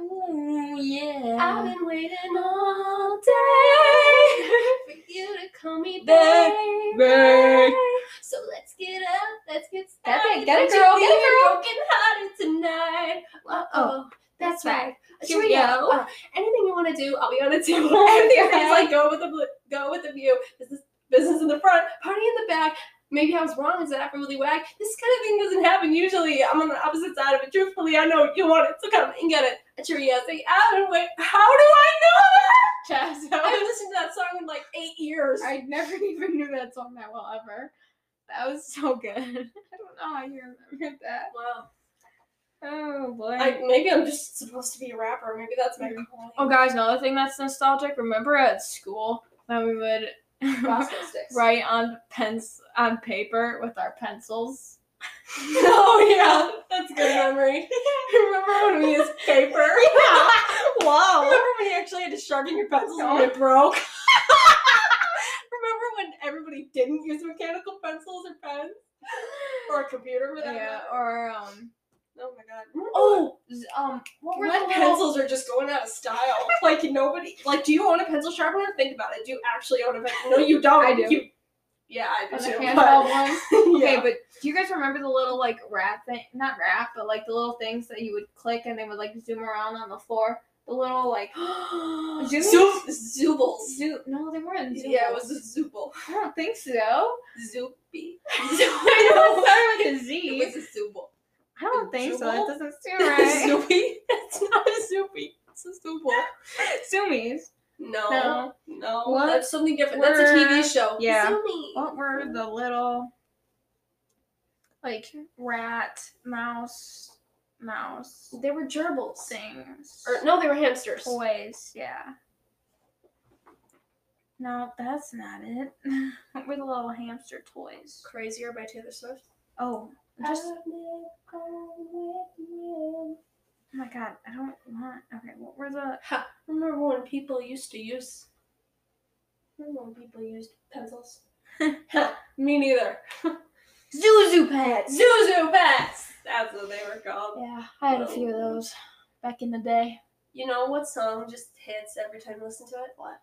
[SPEAKER 2] Ooh,
[SPEAKER 3] I've
[SPEAKER 2] yeah.
[SPEAKER 3] been waiting all day for you to call me back.
[SPEAKER 2] Back, back.
[SPEAKER 3] So let's get up, let's get
[SPEAKER 2] Get it,
[SPEAKER 3] started.
[SPEAKER 2] get it,
[SPEAKER 3] Don't you
[SPEAKER 2] girl, get
[SPEAKER 3] feel
[SPEAKER 2] it, girl.
[SPEAKER 3] Broken hearted tonight. Uh oh, that's right. A
[SPEAKER 2] Here we
[SPEAKER 3] trio.
[SPEAKER 2] go.
[SPEAKER 3] Uh, anything you want to do, I'll be on the table.
[SPEAKER 2] Okay.
[SPEAKER 3] He's like, go with the blue, go with the view. Business, business in the front, party in the back. Maybe I was wrong. Is that really whack? This kind of thing doesn't happen usually. I'm on the opposite side of it. Truthfully, I know you want it, so come and get it. A trio. Say out and wait. How do I know that?
[SPEAKER 2] Jazz.
[SPEAKER 3] I haven't listened to that song in like eight years.
[SPEAKER 2] I never even knew that song that well ever. That was so good. I don't know how you remembered that.
[SPEAKER 3] wow.
[SPEAKER 1] Oh boy.
[SPEAKER 3] I, maybe I'm just supposed to be a rapper. Maybe that's my calling.
[SPEAKER 2] Oh, guys, another thing that's nostalgic. Remember at school when we would
[SPEAKER 3] Crossbow sticks.
[SPEAKER 2] write on pens on paper with our pencils?
[SPEAKER 3] oh yeah, that's a good memory. Remember when we used paper? Yeah.
[SPEAKER 2] Wow.
[SPEAKER 3] Remember when you actually had to sharpen your pencils when it broke? Remember when everybody didn't use mechanical pencils or pens or a computer with
[SPEAKER 2] Yeah. Or um.
[SPEAKER 3] Oh my god. Remember
[SPEAKER 2] Oh. z- Um. What were
[SPEAKER 3] when
[SPEAKER 2] the little-
[SPEAKER 3] pencils are just going out of style. like nobody. Like, do you own a pencil sharpener? Think about it. Do you actually own a pencil? No, you don't.
[SPEAKER 2] I do.
[SPEAKER 3] You, yeah, I
[SPEAKER 2] On
[SPEAKER 3] do
[SPEAKER 2] the
[SPEAKER 3] too.
[SPEAKER 2] handheld
[SPEAKER 3] but-
[SPEAKER 2] ones?
[SPEAKER 3] yeah.
[SPEAKER 2] Okay, but do you guys remember the little like wrap thing? Not wrap, but like the little things that you would click and they would like zoom around on the floor. The little like Zoom-
[SPEAKER 3] Zoom, Zoobles.
[SPEAKER 2] zoom. No, they weren't. Zoom
[SPEAKER 3] Yeah, it was a Zooble.
[SPEAKER 2] I don't think so.
[SPEAKER 3] Zoopy.
[SPEAKER 2] I know it started with a Z.
[SPEAKER 3] It was a Zooble.
[SPEAKER 2] I don't think so.
[SPEAKER 3] Zooble?
[SPEAKER 2] It doesn't seem right.
[SPEAKER 3] Zoopy? It's not a Zoopy. It's a Zooble.
[SPEAKER 2] Zoomies.
[SPEAKER 3] No. No.
[SPEAKER 2] No.
[SPEAKER 3] What? Oh.
[SPEAKER 2] What
[SPEAKER 3] That's something different. That's a TV show.
[SPEAKER 2] yeah.
[SPEAKER 3] Zoomy.
[SPEAKER 2] What were the little like rat, mouse, mouse
[SPEAKER 3] They were gerbils. Oh,
[SPEAKER 2] things?
[SPEAKER 3] Or, no, they were hamsters.
[SPEAKER 2] toys, yeah. No, that's not it. What were the little hamster toys?
[SPEAKER 3] Crazier by Taylor Swift.
[SPEAKER 2] Oh, just oh
[SPEAKER 3] I'll go with you.
[SPEAKER 2] my god, I don't want. Okay, what were the?
[SPEAKER 3] Ha, remember when people used to use. Remember when people used pencils? Ha, Me neither.
[SPEAKER 2] Zuzu pets.
[SPEAKER 3] Zuzu pets! That's what they were called.
[SPEAKER 2] Yeah, I had a few of those back in the day.
[SPEAKER 3] You know what song just hits every time you listen to it? What?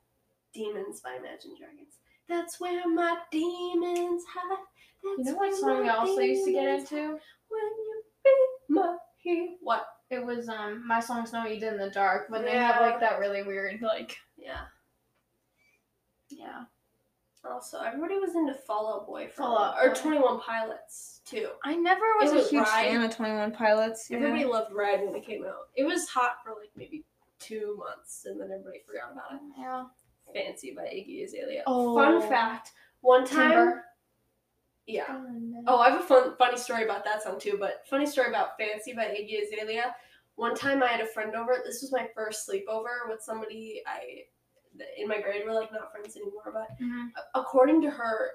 [SPEAKER 3] Demons by Imagine Dragons. That's where my demons hide. That's
[SPEAKER 2] You know what song I also used to get into?
[SPEAKER 3] When you be my hero. What?
[SPEAKER 2] It was um my songs "No You Did in the Dark" when they have
[SPEAKER 3] Yeah.
[SPEAKER 2] like that really weird like
[SPEAKER 3] Yeah.
[SPEAKER 2] yeah.
[SPEAKER 3] Also, everybody was into Fall Out Boy for a
[SPEAKER 2] Fall Out
[SPEAKER 3] while, or
[SPEAKER 2] Boy.
[SPEAKER 3] Twenty One Pilots too.
[SPEAKER 2] I never
[SPEAKER 3] was a huge fan
[SPEAKER 2] of Twenty One Pilots.
[SPEAKER 3] Everybody loved Red when it came out. It was hot for like maybe two months, and then everybody forgot about it.
[SPEAKER 2] Yeah.
[SPEAKER 3] Fancy by Iggy Azalea.
[SPEAKER 2] Oh.
[SPEAKER 3] Fun fact: one time,
[SPEAKER 2] Timber.
[SPEAKER 3] yeah,
[SPEAKER 2] Oh, no.
[SPEAKER 3] Oh, I have a fun, funny story about that song too. But funny story about "Fancy" by Iggy Azalea. One time, I had a friend over. This was my first sleepover with somebody I in my grade. We're like not friends anymore. But
[SPEAKER 2] Mhm.
[SPEAKER 3] according to her,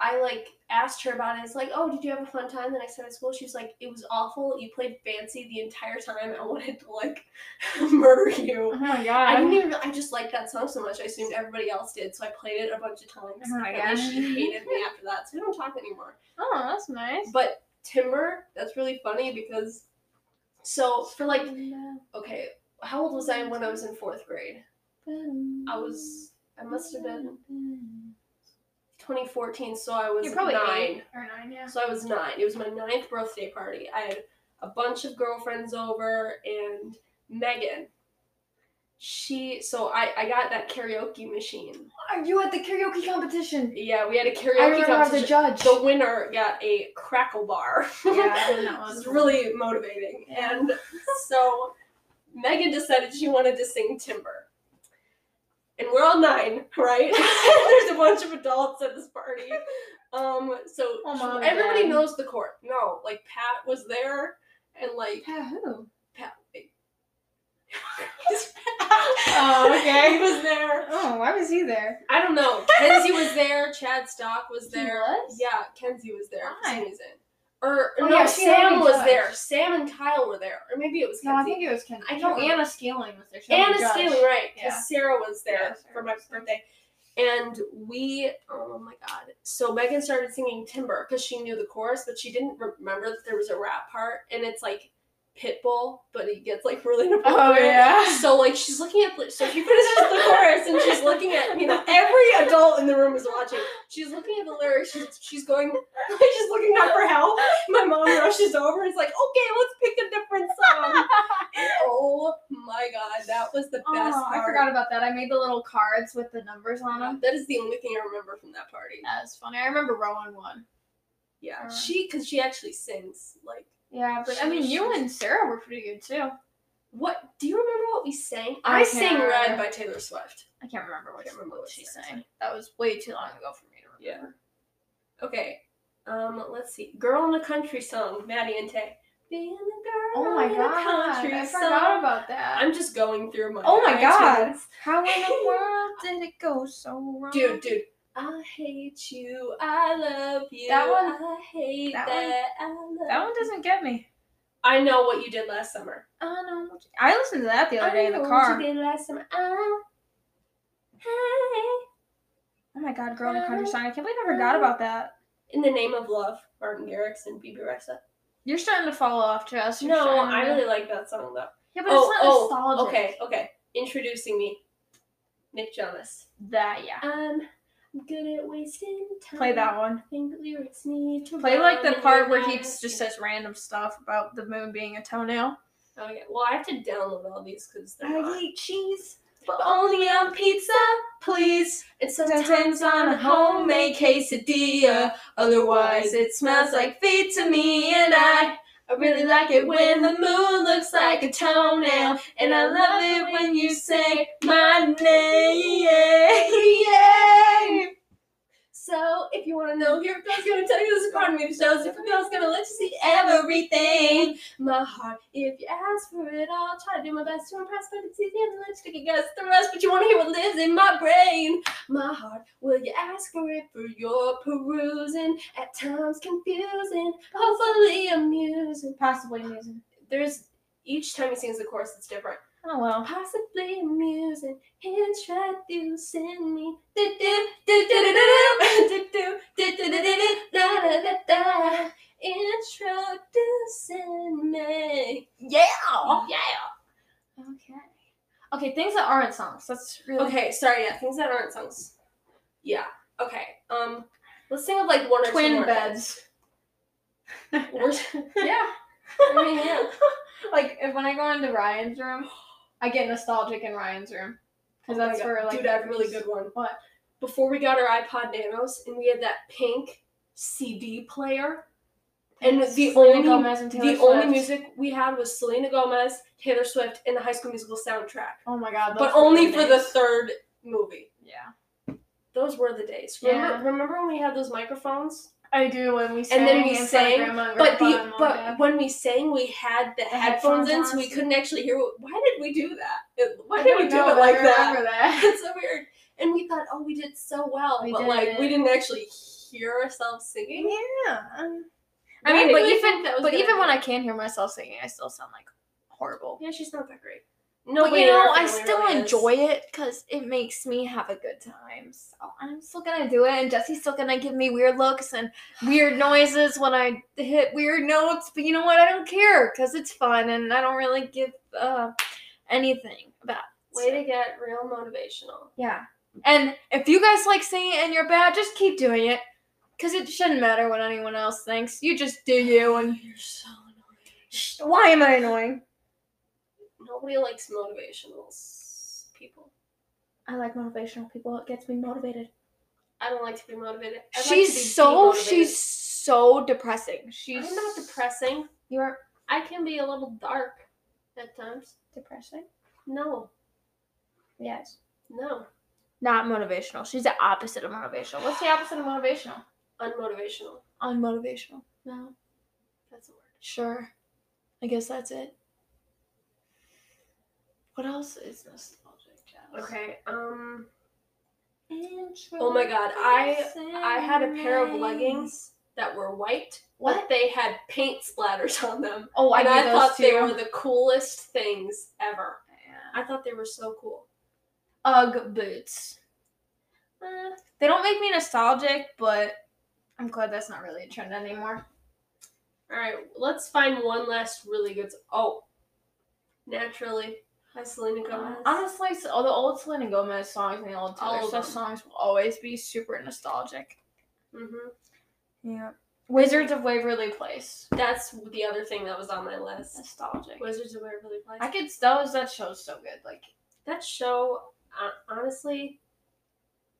[SPEAKER 3] I like asked her about it. It's like, oh, did you have a fun time the next time at school? She was like, it was awful. You played "Fancy" the entire time. I wanted to like murder you.
[SPEAKER 2] Oh my god.
[SPEAKER 3] I didn't even. I just liked that song so much. I assumed everybody else did, so I played it a bunch of times.
[SPEAKER 2] Oh my
[SPEAKER 3] Apparently
[SPEAKER 2] gosh.
[SPEAKER 3] She hated me after that, so we don't talk anymore.
[SPEAKER 2] oh, that's nice.
[SPEAKER 3] But Timber, that's really funny because so for like okay, how old was I when I was in fourth grade? I was I must have been 2014, so I was
[SPEAKER 2] You're probably
[SPEAKER 3] nine.
[SPEAKER 2] eight or nine, yeah.
[SPEAKER 3] So I was nine. It was my ninth birthday party. I had a bunch of girlfriends over and Megan. She so I I got that karaoke machine.
[SPEAKER 2] Are you at the karaoke competition?
[SPEAKER 3] Yeah, we had a
[SPEAKER 2] I
[SPEAKER 3] karaoke
[SPEAKER 2] remember I was a
[SPEAKER 3] competition.
[SPEAKER 2] judge.
[SPEAKER 3] The winner got a crackle bar.
[SPEAKER 2] that
[SPEAKER 3] It was really motivating. And so Megan decided she wanted to sing Timber. And we're all nine, right? There's a bunch of adults at this party. Um, so
[SPEAKER 2] Oh, Mom and
[SPEAKER 3] everybody
[SPEAKER 2] Dad.
[SPEAKER 3] knows the chord. No, like Pat was there and like
[SPEAKER 2] Yeah, who?
[SPEAKER 3] Pat
[SPEAKER 2] Oh, okay.
[SPEAKER 3] He was there.
[SPEAKER 2] Oh, why was he there?
[SPEAKER 3] I don't know. Kenzie was there. Chad Stock was
[SPEAKER 2] He
[SPEAKER 3] there.
[SPEAKER 2] was?
[SPEAKER 3] Yeah, Kenzie was there for some
[SPEAKER 2] Why?
[SPEAKER 3] reason. Or
[SPEAKER 2] Oh,
[SPEAKER 3] no,
[SPEAKER 2] yeah, she
[SPEAKER 3] Sam
[SPEAKER 2] already
[SPEAKER 3] was
[SPEAKER 2] judged.
[SPEAKER 3] there. Sam and Kyle were there, or maybe it was
[SPEAKER 2] No, I
[SPEAKER 3] Kenzie.
[SPEAKER 2] think it was Ken.
[SPEAKER 3] I
[SPEAKER 2] No,
[SPEAKER 3] can't remember.
[SPEAKER 2] Anna Scaling was there. She was
[SPEAKER 3] Anna
[SPEAKER 2] a judge.
[SPEAKER 3] Scaling, right? Because
[SPEAKER 2] Yeah.
[SPEAKER 3] Sarah was there
[SPEAKER 2] Yeah, Sarah
[SPEAKER 3] for my
[SPEAKER 2] was there.
[SPEAKER 3] birthday, and we. Oh my god! So Megan started singing Timber because she knew the chorus, but she didn't remember that there was a rap part, and it's like Pitbull, but he gets like really
[SPEAKER 2] Oh
[SPEAKER 3] inappropriate.
[SPEAKER 2] yeah.
[SPEAKER 3] So like she's looking at so she finishes the chorus and she's looking at you know every adult in the room is watching. She's looking at the lyrics. She's she's going she's looking out for help. My mom rushes over and is like, okay, let's pick a different song. oh my god, that was the best.
[SPEAKER 2] Oh, I
[SPEAKER 3] part.
[SPEAKER 2] forgot about that. I made the little cards with the numbers on them.
[SPEAKER 3] That is the only thing I remember from that party.
[SPEAKER 2] That was funny. I remember Rowan won.
[SPEAKER 3] Yeah,
[SPEAKER 2] Uh.
[SPEAKER 3] she because she actually sings like.
[SPEAKER 2] Yeah, but I mean, you and Sarah were pretty good too.
[SPEAKER 3] What do you remember? What we sang? I
[SPEAKER 2] I
[SPEAKER 3] sang
[SPEAKER 2] can't
[SPEAKER 3] "Red"
[SPEAKER 2] remember.
[SPEAKER 3] by Taylor Swift.
[SPEAKER 2] I can't remember
[SPEAKER 3] I
[SPEAKER 2] what,
[SPEAKER 3] can't remember
[SPEAKER 2] what
[SPEAKER 3] what
[SPEAKER 2] she
[SPEAKER 3] she
[SPEAKER 2] sang.
[SPEAKER 3] sang.
[SPEAKER 2] That was way too long ago for me to
[SPEAKER 3] Yeah.
[SPEAKER 2] remember.
[SPEAKER 3] Okay. Um, let's see. Girl in a country song, Maddie and Tay. Being a girl
[SPEAKER 2] Oh my
[SPEAKER 3] the
[SPEAKER 2] god. I
[SPEAKER 3] countryside.
[SPEAKER 2] forgot about that.
[SPEAKER 3] I'm just going through my.
[SPEAKER 2] oh my god.
[SPEAKER 3] iTunes.
[SPEAKER 2] How in the world did it go so wrong?
[SPEAKER 3] dude, dude. I hate you. I love you.
[SPEAKER 2] That one-
[SPEAKER 3] I hate
[SPEAKER 2] that
[SPEAKER 3] that.
[SPEAKER 2] one-
[SPEAKER 3] I love
[SPEAKER 2] That one doesn't get me.
[SPEAKER 3] I know what you did last summer.
[SPEAKER 2] I don't know. what you- I listened to that the other day in the
[SPEAKER 3] know
[SPEAKER 2] car.
[SPEAKER 3] What you did last summer. I- I-
[SPEAKER 2] Oh my god, girl in the countryside. I can't believe I forgot about that.
[SPEAKER 3] In the name of love, Martin Garrix and BB Rexa.
[SPEAKER 2] You're starting to fall off, Jess. You're
[SPEAKER 3] No,
[SPEAKER 2] starting
[SPEAKER 3] I
[SPEAKER 2] to-
[SPEAKER 3] really like that song though.
[SPEAKER 2] Yeah, but
[SPEAKER 3] Oh,
[SPEAKER 2] it's not
[SPEAKER 3] oh,
[SPEAKER 2] nostalgic.
[SPEAKER 3] okay, okay. Introducing me, Nick Jonas.
[SPEAKER 2] That yeah.
[SPEAKER 3] Um, I'm good at wasting time.
[SPEAKER 2] Play that one.
[SPEAKER 3] I think lyrics need to
[SPEAKER 2] Play like the
[SPEAKER 3] rhyme in
[SPEAKER 2] part
[SPEAKER 3] your
[SPEAKER 2] where he
[SPEAKER 3] mind.
[SPEAKER 2] just says random stuff about the moon being a toenail.
[SPEAKER 3] Okay, "Oh, well I have to download all these because they're not.
[SPEAKER 2] eat cheese, but only on pizza, please.
[SPEAKER 3] It's
[SPEAKER 2] Sometimes on a homemade quesadilla. Otherwise, it smells like feet to me, and I, I really like it when the moon looks like a toenail. And I love it when you say my name.
[SPEAKER 3] So if you want to know, here God's gonna tell you this is part of me. The show's if God's gonna let you see
[SPEAKER 2] Everything.
[SPEAKER 3] my heart. If you ask for it, I'll try to do my best to impress, but it's easy and let's take a guess at the rest. But you want to hear what lives in my brain, my heart. Will you ask for it for your perusing? At times confusing, hopefully amusing.
[SPEAKER 2] Possibly amusing.
[SPEAKER 3] There's each time he sings the chorus, it's different.
[SPEAKER 2] Oh well.
[SPEAKER 3] Possibly amusing, introducing me. Do do do do do do do do do do do do da da da da. Introducing me.
[SPEAKER 2] Yeah.
[SPEAKER 3] Oh, Yeah.
[SPEAKER 2] Okay. Okay, things that aren't songs. That's really
[SPEAKER 3] Okay, sorry, yeah, things that aren't songs. Yeah. Okay. Um let's think of like one or two
[SPEAKER 2] twin
[SPEAKER 3] more
[SPEAKER 2] beds.
[SPEAKER 3] things. We're- yeah. I mean, yeah.
[SPEAKER 2] like if when I go into Ryan's room, I get nostalgic in Ryan's room because
[SPEAKER 3] Oh my
[SPEAKER 2] that's
[SPEAKER 3] God.
[SPEAKER 2] where like
[SPEAKER 3] Dude, I have a really good one.
[SPEAKER 2] What?
[SPEAKER 3] Before we got our iPod Nanos and we had that pink CD player, and the
[SPEAKER 2] Selena
[SPEAKER 3] only-
[SPEAKER 2] Gomez and Taylor
[SPEAKER 3] the only
[SPEAKER 2] Swift.
[SPEAKER 3] music we had was Selena Gomez, Taylor Swift, and the High School Musical soundtrack.
[SPEAKER 2] Oh my god!
[SPEAKER 3] But
[SPEAKER 2] those were
[SPEAKER 3] only for the
[SPEAKER 2] days.
[SPEAKER 3] third movie.
[SPEAKER 2] yeah.
[SPEAKER 3] Those were the days. Remember,
[SPEAKER 2] Yeah.
[SPEAKER 3] remember when we had those microphones?
[SPEAKER 2] I do when we sang
[SPEAKER 3] then we
[SPEAKER 2] in front of
[SPEAKER 3] sang,
[SPEAKER 2] Grandma and
[SPEAKER 3] But
[SPEAKER 2] Grandpa
[SPEAKER 3] the
[SPEAKER 2] and Mom and
[SPEAKER 3] but
[SPEAKER 2] Dad.
[SPEAKER 3] when we sang, we had the, headphones,
[SPEAKER 2] headphones
[SPEAKER 3] in,
[SPEAKER 2] on,
[SPEAKER 3] so we
[SPEAKER 2] so-
[SPEAKER 3] couldn't actually hear. What, why did we do that? It- why
[SPEAKER 2] I
[SPEAKER 3] did
[SPEAKER 2] don't
[SPEAKER 3] we do
[SPEAKER 2] know,
[SPEAKER 3] it
[SPEAKER 2] but
[SPEAKER 3] like
[SPEAKER 2] I
[SPEAKER 3] that?
[SPEAKER 2] remember that.
[SPEAKER 3] It's so weird. And we thought, oh, we did so well,
[SPEAKER 2] We
[SPEAKER 3] but like we
[SPEAKER 2] did.
[SPEAKER 3] didn't actually hear ourselves singing.
[SPEAKER 2] Yeah. I
[SPEAKER 3] Why
[SPEAKER 2] mean,
[SPEAKER 3] did
[SPEAKER 2] but
[SPEAKER 3] we
[SPEAKER 2] even
[SPEAKER 3] think that was
[SPEAKER 2] but
[SPEAKER 3] gonna
[SPEAKER 2] even when
[SPEAKER 3] be-
[SPEAKER 2] I can hear myself singing, I still sound like horrible.
[SPEAKER 3] yeah, she's not that great. No,
[SPEAKER 2] But you know, I still enjoy it because it makes me have a good time. So I'm still gonna do it, and Jesse's still gonna give me weird looks and weird noises when I hit weird notes. But you know what? I don't care because it's fun, and I don't really give uh, anything about. it.
[SPEAKER 3] Way to get real motivational.
[SPEAKER 2] yeah. And if you guys like singing and you're bad, just keep doing it because it shouldn't matter what anyone else thinks. You just do you. And
[SPEAKER 3] You're so annoying.
[SPEAKER 2] why am I annoying?
[SPEAKER 3] Nobody likes motivational s- people.
[SPEAKER 2] I like motivational people. It gets me motivated.
[SPEAKER 3] I don't like to be motivated. I like to be
[SPEAKER 2] she's so
[SPEAKER 3] demotivated.
[SPEAKER 2] she's so depressing. She's
[SPEAKER 3] I'm not depressing.
[SPEAKER 2] You are
[SPEAKER 3] I can be a little dark at times.
[SPEAKER 2] depressing.
[SPEAKER 3] No,
[SPEAKER 2] Yes.
[SPEAKER 3] no,
[SPEAKER 2] Not motivational. She's the opposite of motivational. What's the opposite of motivational?
[SPEAKER 3] unmotivational.
[SPEAKER 2] Unmotivational. No.
[SPEAKER 3] That's a word.
[SPEAKER 2] Sure. I guess that's it. What else is nostalgic? Jess?
[SPEAKER 3] Okay. Um,
[SPEAKER 2] Intro-
[SPEAKER 3] Oh my God, I- I had a pair of leggings that were white, but
[SPEAKER 2] What?
[SPEAKER 3] they had paint splatters on them,
[SPEAKER 2] Oh, I,
[SPEAKER 3] and
[SPEAKER 2] knew
[SPEAKER 3] I
[SPEAKER 2] those
[SPEAKER 3] thought
[SPEAKER 2] too.
[SPEAKER 3] they were the coolest things ever.
[SPEAKER 2] Yeah.
[SPEAKER 3] I thought they were so cool.
[SPEAKER 2] UGG boots.
[SPEAKER 3] Uh,
[SPEAKER 2] Eh, they don't make me nostalgic, but I'm glad that's not really a trend anymore.
[SPEAKER 3] All right, let's find one last really good. Oh, naturally, by Selena Gomez.
[SPEAKER 2] Honestly, s- all the old Selena Gomez songs and the old Taylor
[SPEAKER 3] All of
[SPEAKER 2] Swift
[SPEAKER 3] them.
[SPEAKER 2] songs will always be super nostalgic.
[SPEAKER 3] hmm
[SPEAKER 2] Yeah. Wizards of Waverly Place.
[SPEAKER 3] That's the other thing that was on my list.
[SPEAKER 2] Nostalgic.
[SPEAKER 3] Wizards of Waverly Place.
[SPEAKER 2] I could that was that show's so good. Like
[SPEAKER 3] that show, uh, honestly,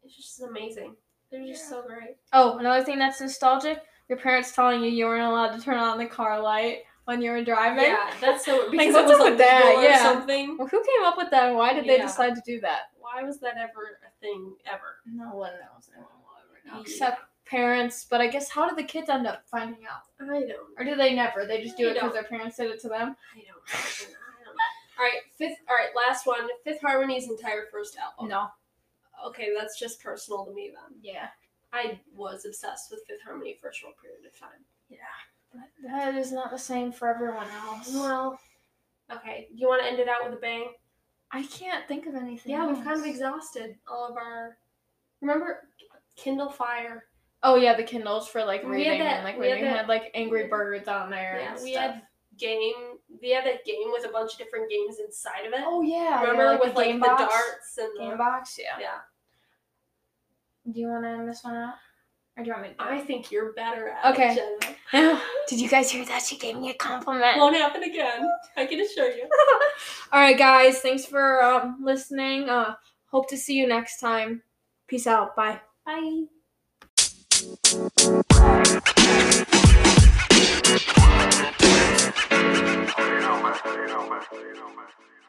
[SPEAKER 3] it's just amazing. They're just
[SPEAKER 2] Yeah.
[SPEAKER 3] so great.
[SPEAKER 2] oh, another thing that's nostalgic, your parents telling you you weren't allowed to turn on the car light when you were driving.
[SPEAKER 3] yeah, that's so weird. Because
[SPEAKER 2] what's
[SPEAKER 3] it was
[SPEAKER 2] up
[SPEAKER 3] a
[SPEAKER 2] with that?
[SPEAKER 3] lure
[SPEAKER 2] Yeah.
[SPEAKER 3] or something.
[SPEAKER 2] Well, who came up with that and why did they
[SPEAKER 3] Yeah.
[SPEAKER 2] decide to do that?
[SPEAKER 3] Why was that ever a thing ever?
[SPEAKER 2] No one knows. No one will ever
[SPEAKER 3] Yeah.
[SPEAKER 2] Except parents, but I guess how did the kids end up finding out?
[SPEAKER 3] I don't.
[SPEAKER 2] Or do they never? They just do it because
[SPEAKER 3] No.
[SPEAKER 2] their parents did it to them?
[SPEAKER 3] I don't. fucking know. I don't. know. All right, fifth. All right, last one. Fifth Harmony's entire first album.
[SPEAKER 2] No.
[SPEAKER 3] Okay, that's just personal to me then.
[SPEAKER 2] Yeah.
[SPEAKER 3] I was obsessed with Fifth Harmony for a short period of time.
[SPEAKER 2] Yeah. But that is not the same for everyone else.
[SPEAKER 3] Well, okay. You want to end it out with a bang?
[SPEAKER 2] I can't think of anything.
[SPEAKER 3] Yeah, we've kind of
[SPEAKER 2] else.
[SPEAKER 3] exhausted all of our. Remember, Kindle Fire.
[SPEAKER 2] Oh yeah, the Kindles for like
[SPEAKER 3] We had
[SPEAKER 2] reading
[SPEAKER 3] that-
[SPEAKER 2] and like
[SPEAKER 3] we
[SPEAKER 2] when
[SPEAKER 3] had
[SPEAKER 2] you
[SPEAKER 3] that-
[SPEAKER 2] had like Angry Birds on there.
[SPEAKER 3] Yeah,
[SPEAKER 2] and
[SPEAKER 3] we
[SPEAKER 2] stuff.
[SPEAKER 3] had game. We had that game with a bunch of different games inside of it.
[SPEAKER 2] Oh yeah.
[SPEAKER 3] Remember
[SPEAKER 2] yeah, like
[SPEAKER 3] with
[SPEAKER 2] the
[SPEAKER 3] like
[SPEAKER 2] game
[SPEAKER 3] the
[SPEAKER 2] box?
[SPEAKER 3] darts and
[SPEAKER 2] Game
[SPEAKER 3] the.
[SPEAKER 2] box, yeah.
[SPEAKER 3] Yeah,
[SPEAKER 2] Do you want to end this one out, or do you want me to? do
[SPEAKER 3] I
[SPEAKER 2] it?
[SPEAKER 3] think you're better at
[SPEAKER 2] Okay.
[SPEAKER 3] it. Jenna.
[SPEAKER 2] Did you guys hear that? She gave me a compliment.
[SPEAKER 3] Won't happen again. I can assure you.
[SPEAKER 2] All right, guys. Thanks for um, listening. Uh, hope to see you next time. Peace out. Bye.
[SPEAKER 3] Bye.
[SPEAKER 4] You know, man. You know, man. You know, man.